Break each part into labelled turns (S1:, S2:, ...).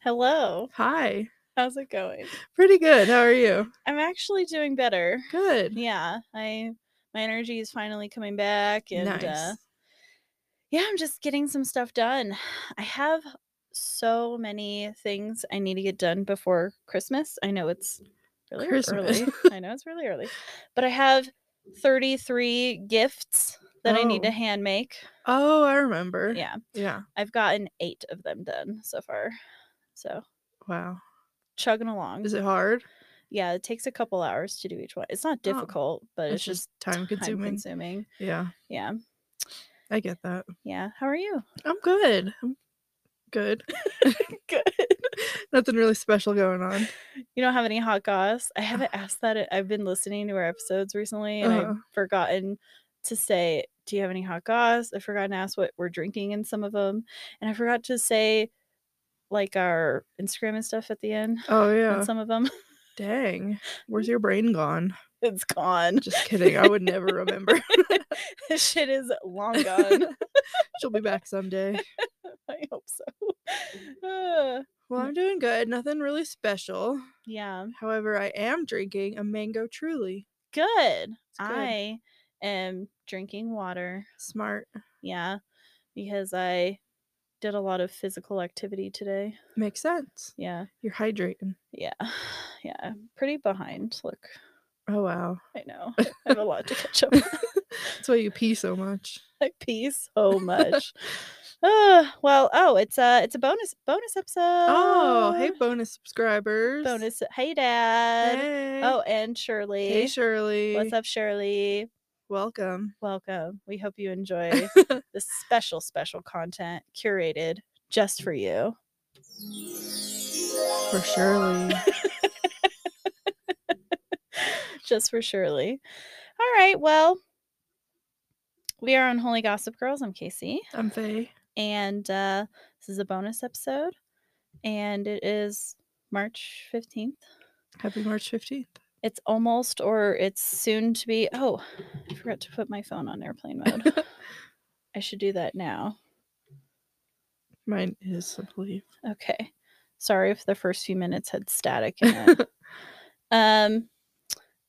S1: Hello.
S2: Hi.
S1: How's it going?
S2: Pretty good. How are you?
S1: I'm actually doing better.
S2: Good.
S1: Yeah, I my energy is finally coming back and uh,
S2: nice.
S1: yeah, I'm just getting some stuff done. I have so many things I need to get done before Christmas. I know it's really
S2: Christmas.
S1: early. I know it's really early. But I have 33 gifts that I need to
S2: Oh.
S1: hand make.
S2: Oh, I remember.
S1: Yeah.
S2: Yeah.
S1: I've gotten 8 of them done so far. So,
S2: Wow.
S1: chugging along.
S2: Is it hard?
S1: yeah, it takes a couple hours to do each one. It's not
S2: Oh,
S1: difficult, but Uh, it's,
S2: it's just
S1: just
S2: time consuming.
S1: consuming.
S2: Yeah.
S1: Yeah.
S2: I get that.
S1: Yeah. How are you?
S2: I'm good. I'm good.
S1: Good.
S2: Nothing really special going on.
S1: You don't have any hot goss? I haven't asked that. I- I've been listening to our episodes recently and
S2: Uh-huh.
S1: I've forgotten to say, Do you have any hot goss? I've forgotten to ask what we're drinking in some of them. And I forgot to say, like, our Instagram and stuff at the end
S2: Oh
S1: on
S2: yeah.
S1: some of them.
S2: Dang. Where's your brain gone?
S1: It's gone.
S2: Just kidding. I would never remember.
S1: this shit is long gone.
S2: She'll be back someday.
S1: I hope so. Uh,
S2: Well,
S1: No.
S2: I'm doing good. Nothing really special.
S1: yeah.
S2: However, I am drinking a mango truly.
S1: good.
S2: good.
S1: I am drinking water.
S2: Smart.
S1: Yeah. Because I did a lot of physical activity today.
S2: Makes sense.
S1: Yeah.
S2: You're hydrating.
S1: Yeah. Yeah. I'm Pretty behind. Look,
S2: Oh wow.
S1: I know. I have a lot to catch up on.
S2: That's why you pee so much.
S1: I pee so much. Uh, well, oh, it's a it's a bonus bonus episode.
S2: Oh, hey bonus subscribers.
S1: Uh, bonus. Hey, Dad.
S2: Hey.
S1: Oh, and Shirley.
S2: Hey Shirley.
S1: What's up, Shirley?
S2: Welcome.
S1: Welcome. We hope you enjoy this special, special content curated just for you.
S2: For Shirley.
S1: just for Shirley. All right. Well, we are on Holy Gossip Girls. I'm Casey.
S2: I'm Faye.
S1: And uh, this is a bonus episode. And it is March 15th.
S2: Happy March 15th.
S1: It's almost or it's soon to be. Oh, I forgot to put my phone on airplane mode. I should do that now.
S2: Mine is, I believe.
S1: Okay. Sorry if the first few minutes had static in it. um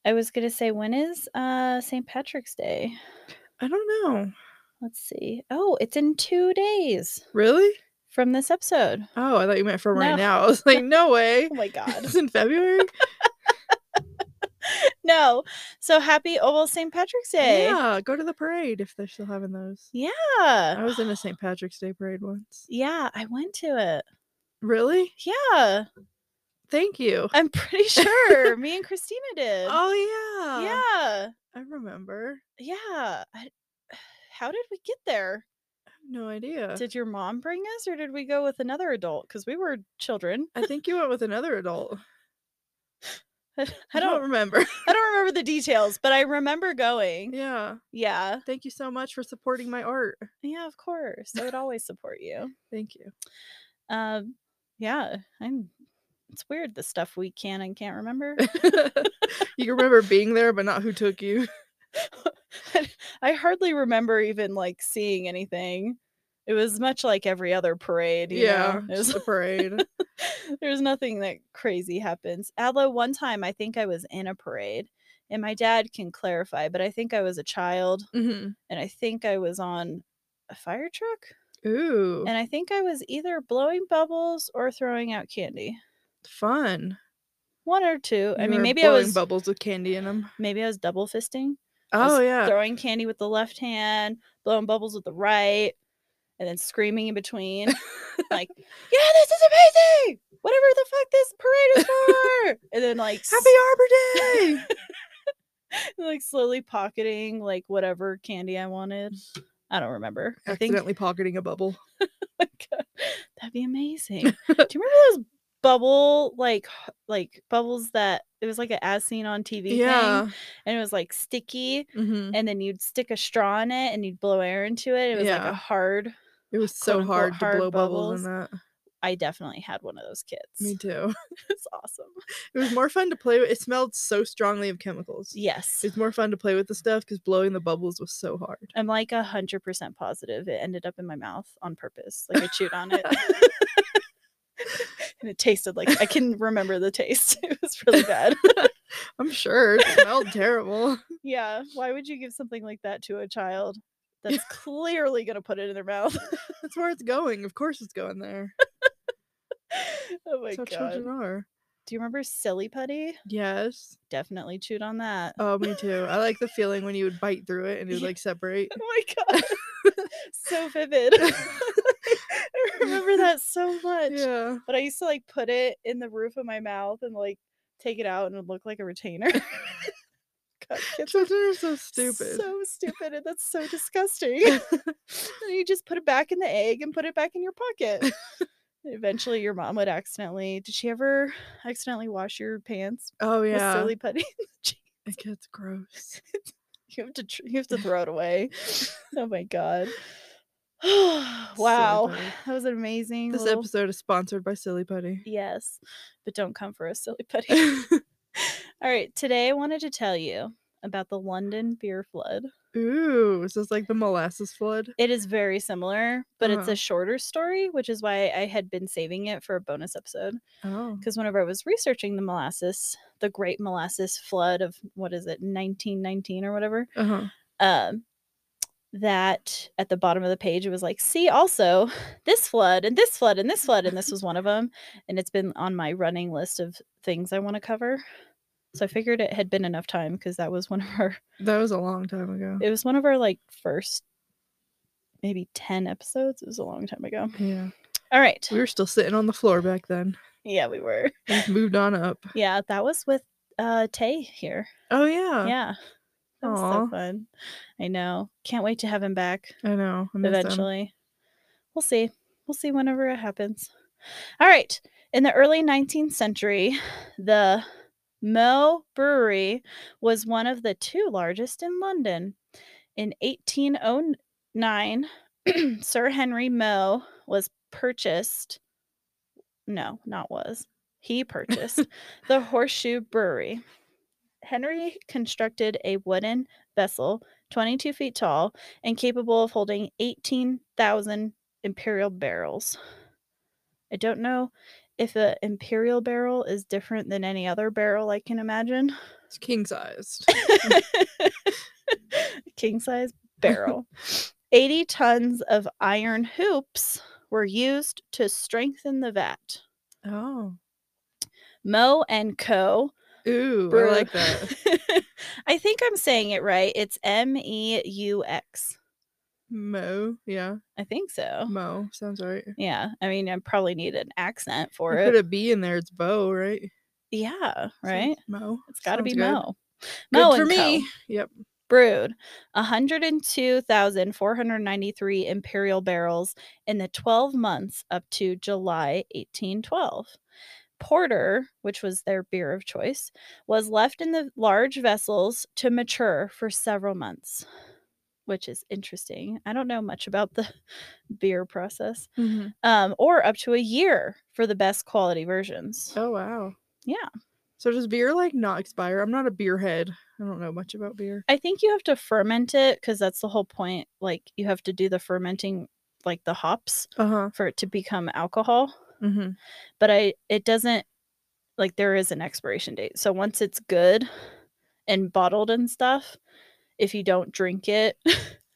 S1: I was gonna say when is uh St. Patrick's Day?
S2: I don't know.
S1: Let's see. Oh, it's in two days
S2: Really?
S1: from this episode.
S2: Oh, I thought you meant from right
S1: No.
S2: now. I was like, no way.
S1: Oh my god.
S2: It's in February?
S1: no. So happy oh well St. Patrick's Day.
S2: Yeah, go to the parade if they're still having those. I
S1: Yeah.
S2: was in a St. Patrick's Day parade once.
S1: Yeah, I went to it.
S2: Really?
S1: Yeah.
S2: Thank you.
S1: I'm pretty sure. Me and Christina did.
S2: Oh yeah.
S1: yeah.
S2: I remember.
S1: Yeah. I, how did we get there?
S2: I have no idea.
S1: Did your mom bring us or did we go with another adult? Because we were children.
S2: I think you went with another adult.
S1: I don't
S2: remember.
S1: I don't remember the details, but I remember going.
S2: yeah.
S1: Yeah.
S2: Thank you so much for supporting my art.
S1: Yeah, of course. I would always support you.
S2: Thank you.
S1: Um yeah, I'm it's weird the stuff we can and can't remember.
S2: you can remember being there, but not who took you.
S1: I hardly remember even like seeing anything. It was much like every other parade. you
S2: Yeah,
S1: know? It was
S2: just the parade.
S1: There's nothing that crazy happens. Although one time I think I was in a parade, and my dad can clarify, but I think I was a child,
S2: Mhm.
S1: and I think I was on a fire truck,
S2: Ooh,
S1: and I think I was either blowing bubbles or throwing out candy.
S2: fun.
S1: One or two. I
S2: You
S1: mean,
S2: were
S1: maybe I
S2: blowing
S1: was
S2: bubbles with candy in them.
S1: maybe I was double fisting, was
S2: Oh yeah,
S1: throwing candy with the left hand, blowing bubbles with the right, and then screaming in between, like, "Yeah, this is amazing! Whatever the fuck this parade is for!" and then like
S2: Happy Arbor Day.
S1: like slowly pocketing like whatever candy I wanted. I don't remember. I think
S2: Accidentally pocketing a bubble.
S1: God, uh, that'd be amazing. Do you remember those bubble like h- like bubbles that it was like an as seen on TV
S2: Yeah.
S1: thing, and it was like sticky,
S2: Mhm.
S1: and then you'd stick a straw in it and you'd blow air into it. It was like a
S2: Yeah.
S1: hard.
S2: It was so
S1: unquote
S2: hard to
S1: hard
S2: blow bubbles in that.
S1: I definitely had one of those kits.
S2: Me too.
S1: It's awesome.
S2: It was more fun to play with. It smelled so strongly of chemicals.
S1: Yes,
S2: It's more fun to play with the stuff because blowing the bubbles was so hard.
S1: I'm like a hundred percent positive it ended up in my mouth on purpose. Like I chewed on it. and it tasted like I can remember the taste. It was really bad.
S2: I'm sure it smelled terrible.
S1: Yeah, why would you give something like that to a child that's clearly going to put it in their mouth?
S2: That's where it's going. Of course, it's going there.
S1: oh my
S2: That's how
S1: god.
S2: children are.
S1: Do you remember silly putty?
S2: Yes.
S1: Definitely chewed on that.
S2: Oh, me too. I like the feeling when you would bite through it and it would
S1: Yeah.
S2: like separate.
S1: Oh my god. so vivid. I remember that so much.
S2: Yeah.
S1: But I used to like put it in the roof of my mouth and like take it out and it looked like a retainer. God, kids are
S2: Children are so stupid.
S1: So stupid. And that's so disgusting. and you just put it back in the egg and put it back in your pocket. And Eventually, your mom would accidentally. Did she ever accidentally wash your pants
S2: oh
S1: with
S2: yeah.
S1: silly putty?
S2: It gets gross.
S1: you have to tr- you have to throw it away. oh my god!
S2: Silly
S1: wow,
S2: putty.
S1: that was an amazing.
S2: This
S1: little-
S2: episode is sponsored by Silly Putty.
S1: yes, but don't come for a silly putty. All right, today I wanted to tell you about the London beer flood.
S2: Ooh, is this like the molasses flood?
S1: It is very similar, but it's
S2: Uh-huh.
S1: a shorter story, which is why I had been saving it for a bonus episode.
S2: Oh.
S1: Because whenever I was researching the molasses, the Great Molasses Flood of what is it, 1919 or whatever,
S2: Uh huh.
S1: um, that at the bottom of the page it was like, see also this flood and this flood and this flood, and this was one of them. And it's been on my running list of things I want to cover. So I figured it had been enough time because that was one of our
S2: That was a long time ago.
S1: it was one of our like first maybe 10 episodes. It was a long time ago.
S2: Yeah.
S1: All right.
S2: We were still sitting on the floor back then.
S1: Yeah, we were.
S2: We've moved on up.
S1: Yeah, that was with uh Tay here.
S2: Oh yeah.
S1: yeah. That was so
S2: Aw.
S1: fun. I know. Can't wait to have him back
S2: I know. I miss them.
S1: eventually. We'll see. We'll see whenever it happens. All right. In the early 19th century, the Mo Brewery was one of the two largest in London. In 1809, Sir Henry Moe was purchased. No, not was. He purchased the Horseshoe Brewery. Henry constructed a wooden vessel 22 feet tall and capable of holding 18,000 imperial barrels. I don't know if an imperial barrel is different than any other barrel I can imagine.
S2: It's king sized.
S1: King size barrel. 80 tons of iron hoops were used to strengthen the vat.
S2: oh.
S1: Mo and Co.
S2: Ooh,
S1: brew-
S2: I like that.
S1: I think I'm saying it right. It's M E U X.
S2: Mo. Yeah.
S1: I think so.
S2: Mo. Sounds right.
S1: Yeah. I mean, I probably need an accent for
S2: Put
S1: it.
S2: a B in there. It's Bo, right?
S1: Yeah,
S2: Sounds-
S1: right?
S2: Mo.
S1: It's got to be
S2: Sounds good.
S1: Mo.
S2: Good
S1: Mo
S2: for
S1: and Co.
S2: me. Yep.
S1: brewed 102,493 imperial barrels in the 12 months up to July 1812. Porter, which was their beer of choice, was left in the large vessels to mature for several months, which is interesting. I don't know much about the beer process, um, or up to a year for the best quality versions.
S2: Oh wow.
S1: Yeah.
S2: So does beer like not expire? I'm not a beer head. I don't know much about beer.
S1: I think you have to ferment it because that's the whole point. Like you have to do the fermenting, like the hops,
S2: Uh huh.
S1: for it to become alcohol.
S2: Mm-hmm.
S1: But I, it doesn't. Like there is an expiration date. So once it's good and bottled and stuff, if you don't drink it,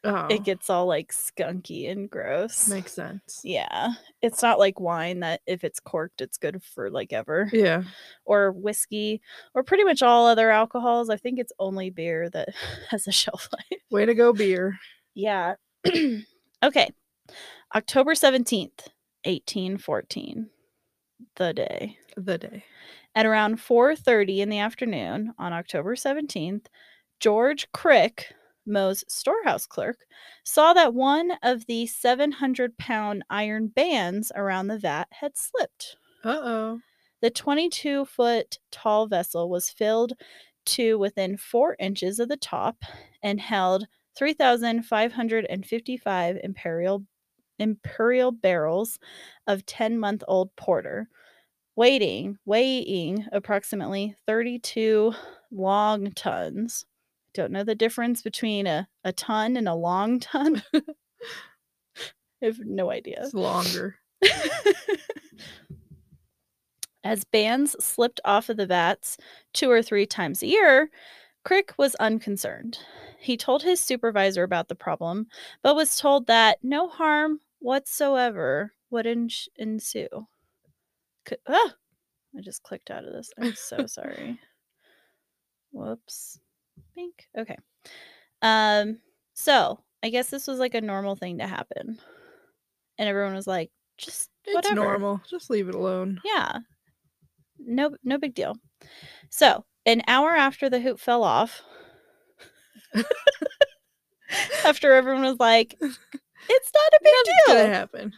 S2: Oh,
S1: it gets all like skunky and gross.
S2: makes sense.
S1: yeah, it's not like wine that if it's corked, it's good for like ever,
S2: Yeah.
S1: or whiskey, or pretty much all other alcohols. I think it's only beer that has a shelf life.
S2: Way to go, beer.
S1: Yeah. okay. October 17th, 1814. The day.
S2: The day.
S1: At around 4:30 in the afternoon on October 17th, George Crick, Moe's storehouse clerk, saw that one of the 700-pound iron bands around the vat had slipped.
S2: Uh oh.
S1: The 22 foot tall vessel was filled to within four inches of the top and held 3,555 imperial imperial barrels of 10 month old porter, weighing weighing approximately 32 long tons. Don't know the difference between a, a ton and a long ton. I have no idea.
S2: It's longer.
S1: As bands slipped off of the vats two or three times a year, Crick was unconcerned. He told his supervisor about the problem, but was told that no harm whatsoever would ens- ensue. C- ah! I just clicked out of this. I'm so sorry. Whoops. Pink. Okay. Um, so I guess this was like a normal thing to happen. And everyone was like, just
S2: It's
S1: whatever.
S2: normal. Just leave it alone.
S1: Yeah. No no big deal. So, an hour after the hoop fell off, after everyone was like, it's not a big
S2: It's
S1: deal.
S2: gonna happen.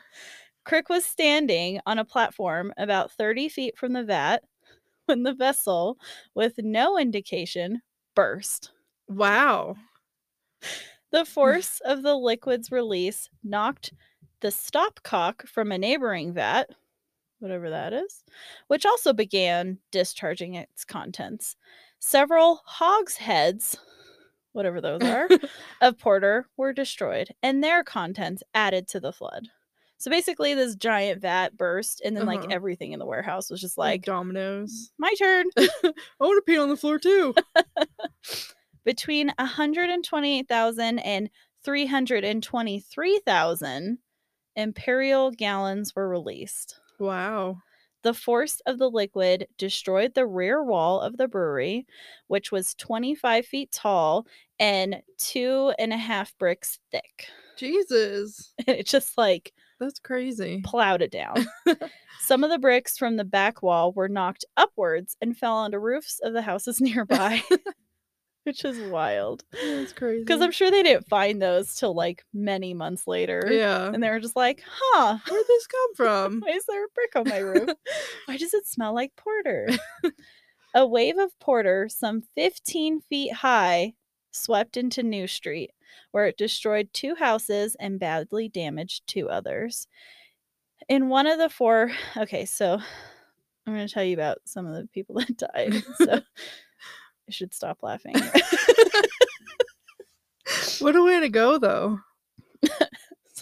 S1: Crick was standing on a platform about 30 feet from the vat when the vessel, with no indication, burst.
S2: Wow.
S1: The force of the liquid's release knocked the stopcock from a neighboring vat, whatever that is, which also began discharging its contents. Several hogsheads, whatever those are, of porter were destroyed and their contents added to the flood. So basically, this giant vat burst, and then
S2: Uh-huh.
S1: like everything in the warehouse was just
S2: like
S1: like,
S2: dominoes.
S1: my turn.
S2: I want to pee on the floor too.
S1: Between 128,000 and 323,000 imperial gallons were released.
S2: wow.
S1: The force of the liquid destroyed the rear wall of the brewery, which was 25 feet tall and two and a half bricks thick.
S2: Jesus.
S1: And it just like
S2: That's crazy.
S1: plowed it down. Some of the bricks from the back wall were knocked upwards and fell onto roofs of the houses nearby, which is wild.
S2: That's crazy.
S1: Because I'm sure they didn't find those till like many months later.
S2: Yeah. Mm.
S1: And they were just like, huh,
S2: Where'd this come from?
S1: why is there a brick on my roof? Why does it smell like porter? a wave of porter, some 15 feet high, swept into New Street, where it destroyed two houses and badly damaged two others. In one of the four, okay, so I'm going to tell you about some of the people that died. So I should stop laughing.
S2: What a way to go, though.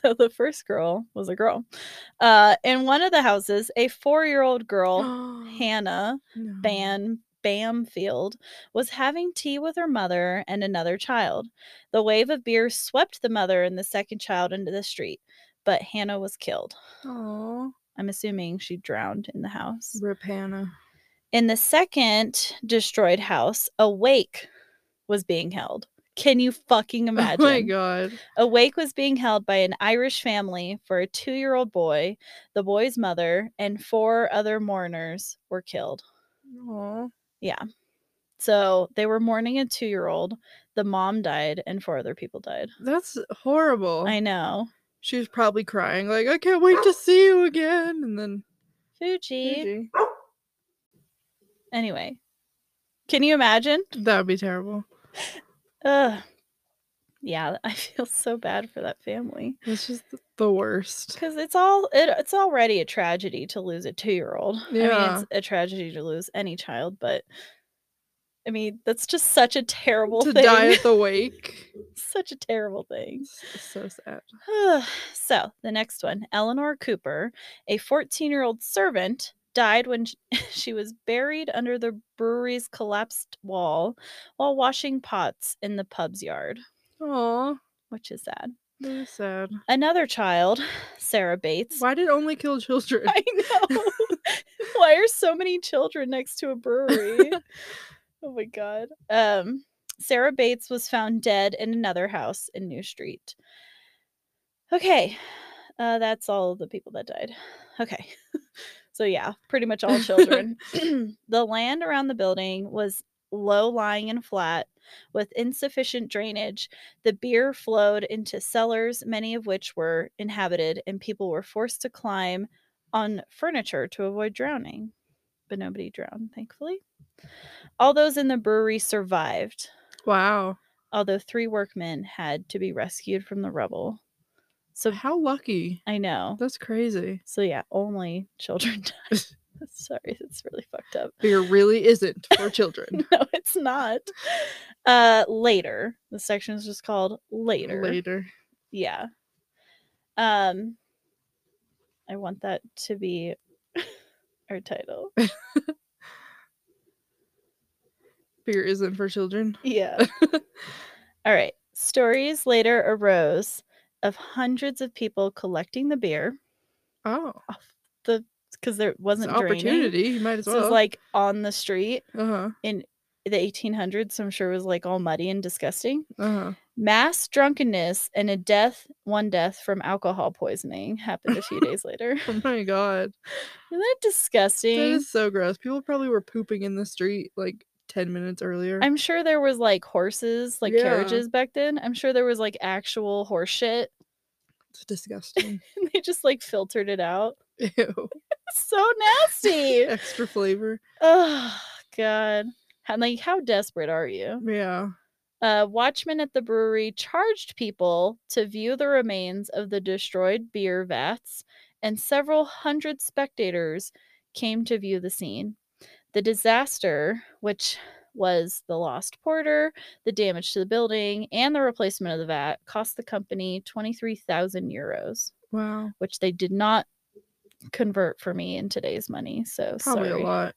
S1: So the first girl was a girl. Uh, in one of the houses, a four-year-old girl, Hannah
S2: No.
S1: Ban Bamfield, was having tea with her mother and another child. The wave of beer swept the mother and the second child into the street, but Hannah was killed.
S2: Aw.
S1: I'm assuming she drowned in the house.
S2: Rip Hannah.
S1: In the second destroyed house, a wake was being held. Can you fucking imagine?
S2: Oh my god.
S1: A wake was being held by an Irish family for a two year old boy. The boy's mother and four other mourners were killed.
S2: Aw.
S1: So they were mourning a two year old. The mom died and four other people died.
S2: That's horrible.
S1: I know.
S2: She was probably crying, like, I can't wait to see you again. And then
S1: Fuji.
S2: Gigi.
S1: Anyway, can you imagine?
S2: that would be terrible.
S1: Ugh. Yeah, I feel so bad for that family
S2: That's just th- the worst.
S1: because it's all it, it's already a tragedy to lose a two year old. I mean,
S2: Yeah.
S1: it's a tragedy to lose any child, but I mean, that's just such a terrible
S2: to
S1: thing.
S2: die at the wake.
S1: such a terrible thing.
S2: It's so sad.
S1: so, the next one Eleanor Cooper, a 14 year old servant, died when sh- she was buried under the brewery's collapsed wall while washing pots in the pub's yard,
S2: Aw.
S1: which is sad.
S2: That is sad.
S1: Another child, Sarah Bates.
S2: Why did it only kill children?
S1: I know. Why are so many children next to a brewery? oh my god. Um, Sarah Bates was found dead in another house in New Street. Okay, uh, that's all of the people that died. Okay, so yeah, pretty much all children. the land around the building was low lying and flat. With insufficient drainage, the beer flowed into cellars, many of which were inhabited, and people were forced to climb on furniture to avoid drowning. But nobody drowned, thankfully. All those in the brewery survived,
S2: Wow.
S1: although three workmen had to be rescued from the rubble. So
S2: How lucky.
S1: I know.
S2: That's crazy.
S1: So yeah, only children died. Sorry, that's really fucked up.
S2: Beer really isn't for children.
S1: No, it's not. Uh later. The section is just called later.
S2: Later.
S1: Yeah. Um I want that to be I her title.
S2: Beer isn't for children.
S1: Yeah. All right. Stories later arose of hundreds of people collecting the beer
S2: Oh,
S1: because there
S2: it's an
S1: wasn't draining.
S2: opportunity. You might as
S1: So
S2: well.
S1: it's like on the street.
S2: uh huh,
S1: The 1800s, I'm sure, was like all muddy and disgusting.
S2: uh huh.
S1: Mass drunkenness and a death, one death from alcohol poisoning happened a few days later.
S2: Oh my
S1: Isn't
S2: god,
S1: that
S2: that
S1: disgusting?
S2: is so gross. People probably were pooping in the street like ten minutes earlier.
S1: I'm sure there was like horses, like
S2: Yeah.
S1: carriages back then. I'm sure there was like actual horse shit.
S2: It's disgusting.
S1: And they just like filtered it out.
S2: Ew.
S1: so nasty.
S2: Extra flavor.
S1: Oh God. How like how desperate are you?
S2: Yeah.
S1: Uh watchmen at the brewery charged people to view the remains of the destroyed beer vats, and several hundred spectators came to view the scene. The disaster, which was the lost porter, the damage to the building, and the replacement of the vat, cost the company 23,000 euros,
S2: Wow.
S1: which they did not convert for me in today's money. So
S2: Probably
S1: sorry.
S2: a lot.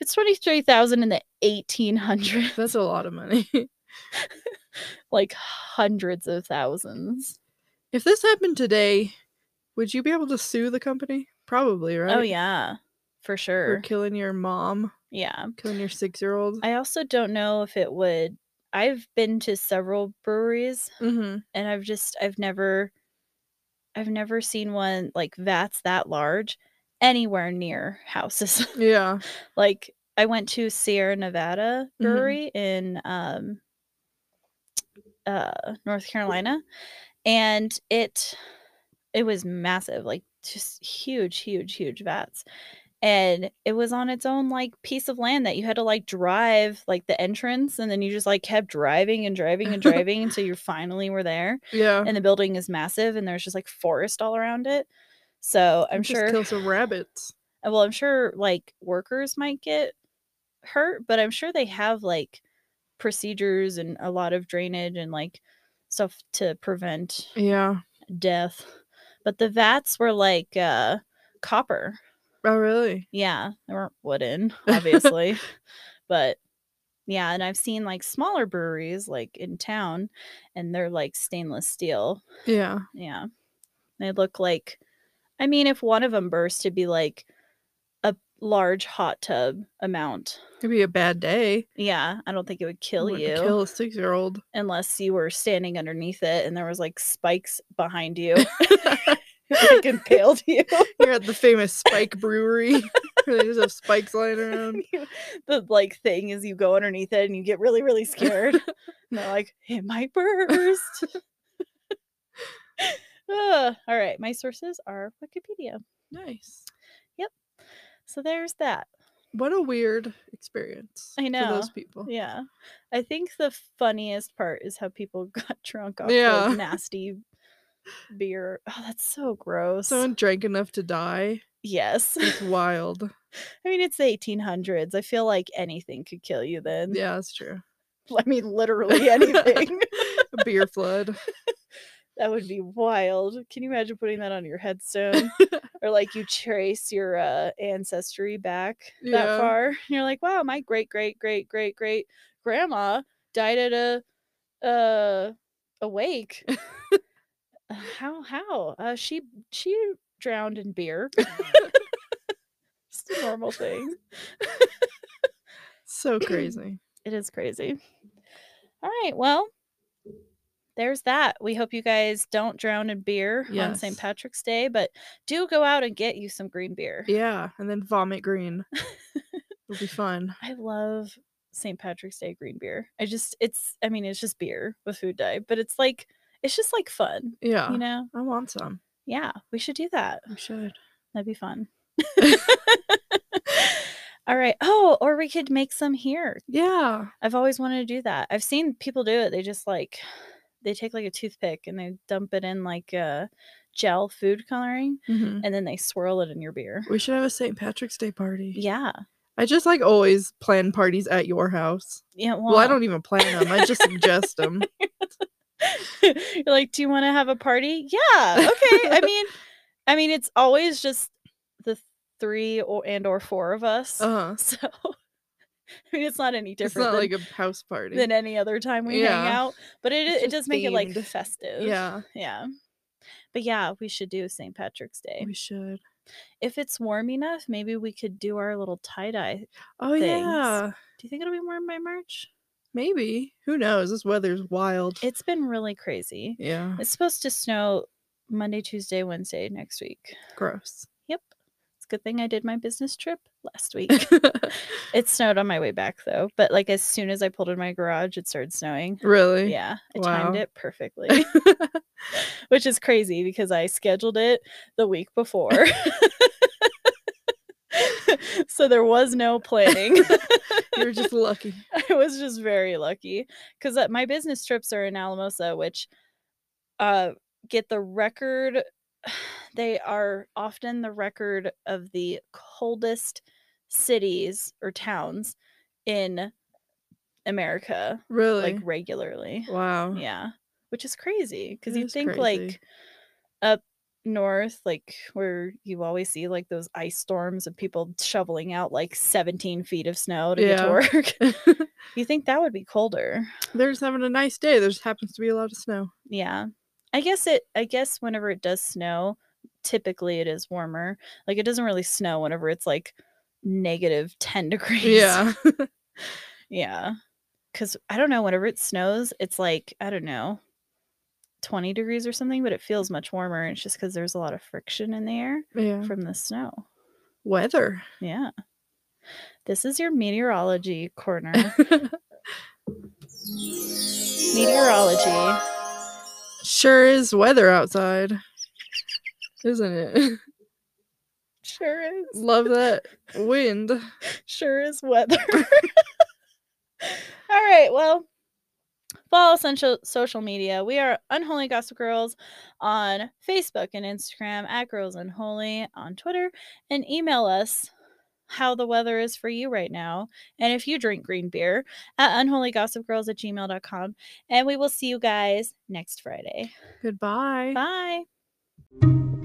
S1: It's 23,000 in the 1800s,
S2: That's a lot of money.
S1: like hundreds of thousands.
S2: if this happened today, would you be able to sue the company? Probably, right?
S1: Oh, yeah, for
S2: For
S1: sure.
S2: killing your mom,
S1: Yeah.
S2: killing your six year old.
S1: I also don't know if it would. I've been to several breweries
S2: Mm-hmm.
S1: and I've just, I've never, I've never seen one like vats that large anywhere near houses.
S2: Yeah.
S1: like, I went to Sierra Nevada
S2: Mhm.
S1: Brewery in um, uh, North Carolina, and it it was massive, like just huge, huge, huge vats. And it was on its own like piece of land that you had to like drive like the entrance, and then you just like kept driving and driving and driving until you finally were there.
S2: Yeah.
S1: And the building is massive, and there's just like forest all around it. So I'm
S2: Just
S1: sure
S2: Kill some rabbits.
S1: uh, well i'm sure like workers might get hurt but i'm sure they have like procedures and a lot of drainage and like stuff to prevent
S2: Yeah.
S1: death but the vats were like uh copper
S2: Oh, really?
S1: yeah they weren't wooden obviously but yeah and i've seen like smaller breweries like in town and they're like stainless steel
S2: Yeah.
S1: yeah. They look like I mean if one of them burst it'd be like a large hot tub amount.
S2: It'd be a bad day.
S1: Yeah, I don't think it would kill
S2: Wouldn't
S1: you
S2: Kill a six year old.
S1: unless you were standing underneath it and there was like spikes behind you. like impaled you.
S2: You're at the famous Spike Brewery where they just have spikes lying around.
S1: You- the like thing is you go underneath it and you get really really scared and they're like it might burst Ugh. all right my sources are wikipedia
S2: Nice.
S1: so there's that
S2: What a weird experience.
S1: I
S2: For those
S1: know.
S2: people.
S1: Yeah. I think the funniest part is how people got drunk off
S2: Yeah.
S1: of nasty beer. Oh, that's so gross.
S2: Someone drank enough to die.
S1: yes.
S2: It's wild.
S1: I mean, it's the 1800s. I feel like anything could kill you then.
S2: Yeah, that's true.
S1: I mean, literally anything.
S2: A beer flood.
S1: that would be wild. Can you imagine putting that on your headstone? or like you trace your uh, ancestry back that
S2: Yeah.
S1: far. And you're like, wow, my great, great, great, great, great grandma died at a uh a wake. Uh, how how? Uh she she drowned in beer. Just a normal thing.
S2: So crazy.
S1: It is crazy. All right, well, there's that. We hope you guys don't drown in beer on
S2: Yes.
S1: St. Patrick's Day, but do go out and get you some green beer.
S2: Yeah. And then vomit green. It'll be fun.
S1: I love St. Patrick's Day green beer. I just it's I mean it's just beer with food dye, but it's like it's just like fun,
S2: Yeah.
S1: you know?
S2: I want some.
S1: Yeah, we should do that.
S2: I should.
S1: That'd be fun. All right. Oh, or we could make some here.
S2: Yeah.
S1: I've always wanted to do that. I've seen people do it. They just like they take like a toothpick and they dump it in like uh gel food coloring
S2: Mhm.
S1: and then they swirl it in your beer.
S2: We should have a St. Patrick's Day party.
S1: Yeah.
S2: I just like always plan parties at your house.
S1: Yeah. Well,
S2: Well, I don't even plan them. I just suggest them.
S1: You're like, do you want to have a party? Yeah, okay. I mean, I mean, it's always just the three or and or four of us.
S2: Uh huh.
S1: So I mean it's not any
S2: It's
S1: different
S2: not
S1: than,
S2: like a house party.
S1: than any other time we hang
S2: Yeah.
S1: out, but it
S2: It's
S1: it does
S2: just
S1: make it like
S2: themed.
S1: festive.
S2: yeah,
S1: Yeah. But yeah, we should do St. Patrick's Day.
S2: we should.
S1: If it's warm enough, maybe we could do our little tie dye. Do
S2: Oh
S1: things.
S2: yeah,
S1: you think it'll be warm by March?
S2: maybe. Who knows? This weather's wild.
S1: It's been really crazy.
S2: yeah,
S1: It's supposed to snow Monday, Tuesday, Wednesday next week.
S2: gross.
S1: Yep. It's a good thing I did my business trip last week. it snowed on my way back though, but like as soon as I pulled in my garage, it started snowing.
S2: really?
S1: Yeah, I timed
S2: Wow.
S1: it perfectly, which is crazy because I scheduled it the week before. so there was no planning.
S2: You're just lucky.
S1: I was just very lucky because uh, my business trips are in Alamosa, which uh, get the record. They are often the record of the coldest cities or towns in America,
S2: Really?
S1: like regularly.
S2: wow.
S1: Yeah, which is crazy because
S2: That
S1: you
S2: Mm. is
S1: think
S2: crazy.
S1: like up north, like where you always see like those ice storms and people shoveling out like 17 feet of snow to
S2: Yeah.
S1: get to work. You think that would be colder?
S2: They're just having a nice day. There just happens to be a lot of snow.
S1: Yeah. I guess it I guess whenever it does snow, typically it is warmer. Like it doesn't really snow whenever it's like negative 10 degrees.
S2: Yeah.
S1: Yeah. Cuz I don't know whenever it snows, it's like I don't know 20 degrees or something, but it feels much warmer and it's just cuz there's a lot of friction in the air
S2: Yeah.
S1: from the snow.
S2: Weather.
S1: Yeah. This is your meteorology corner. meteorology.
S2: Sure is weather outside. Isn't it?
S1: Sure is.
S2: Love that wind.
S1: sure is weather. All right, well, follow us on sho- social media. We are Unholy Gossip Girls on Facebook and Instagram at Girls Unholy on Twitter, and email us how the weather is for you right now and if you drink green beer at unholygossipgirls at gmail.com and we will see you guys next friday
S2: Goodbye.
S1: bye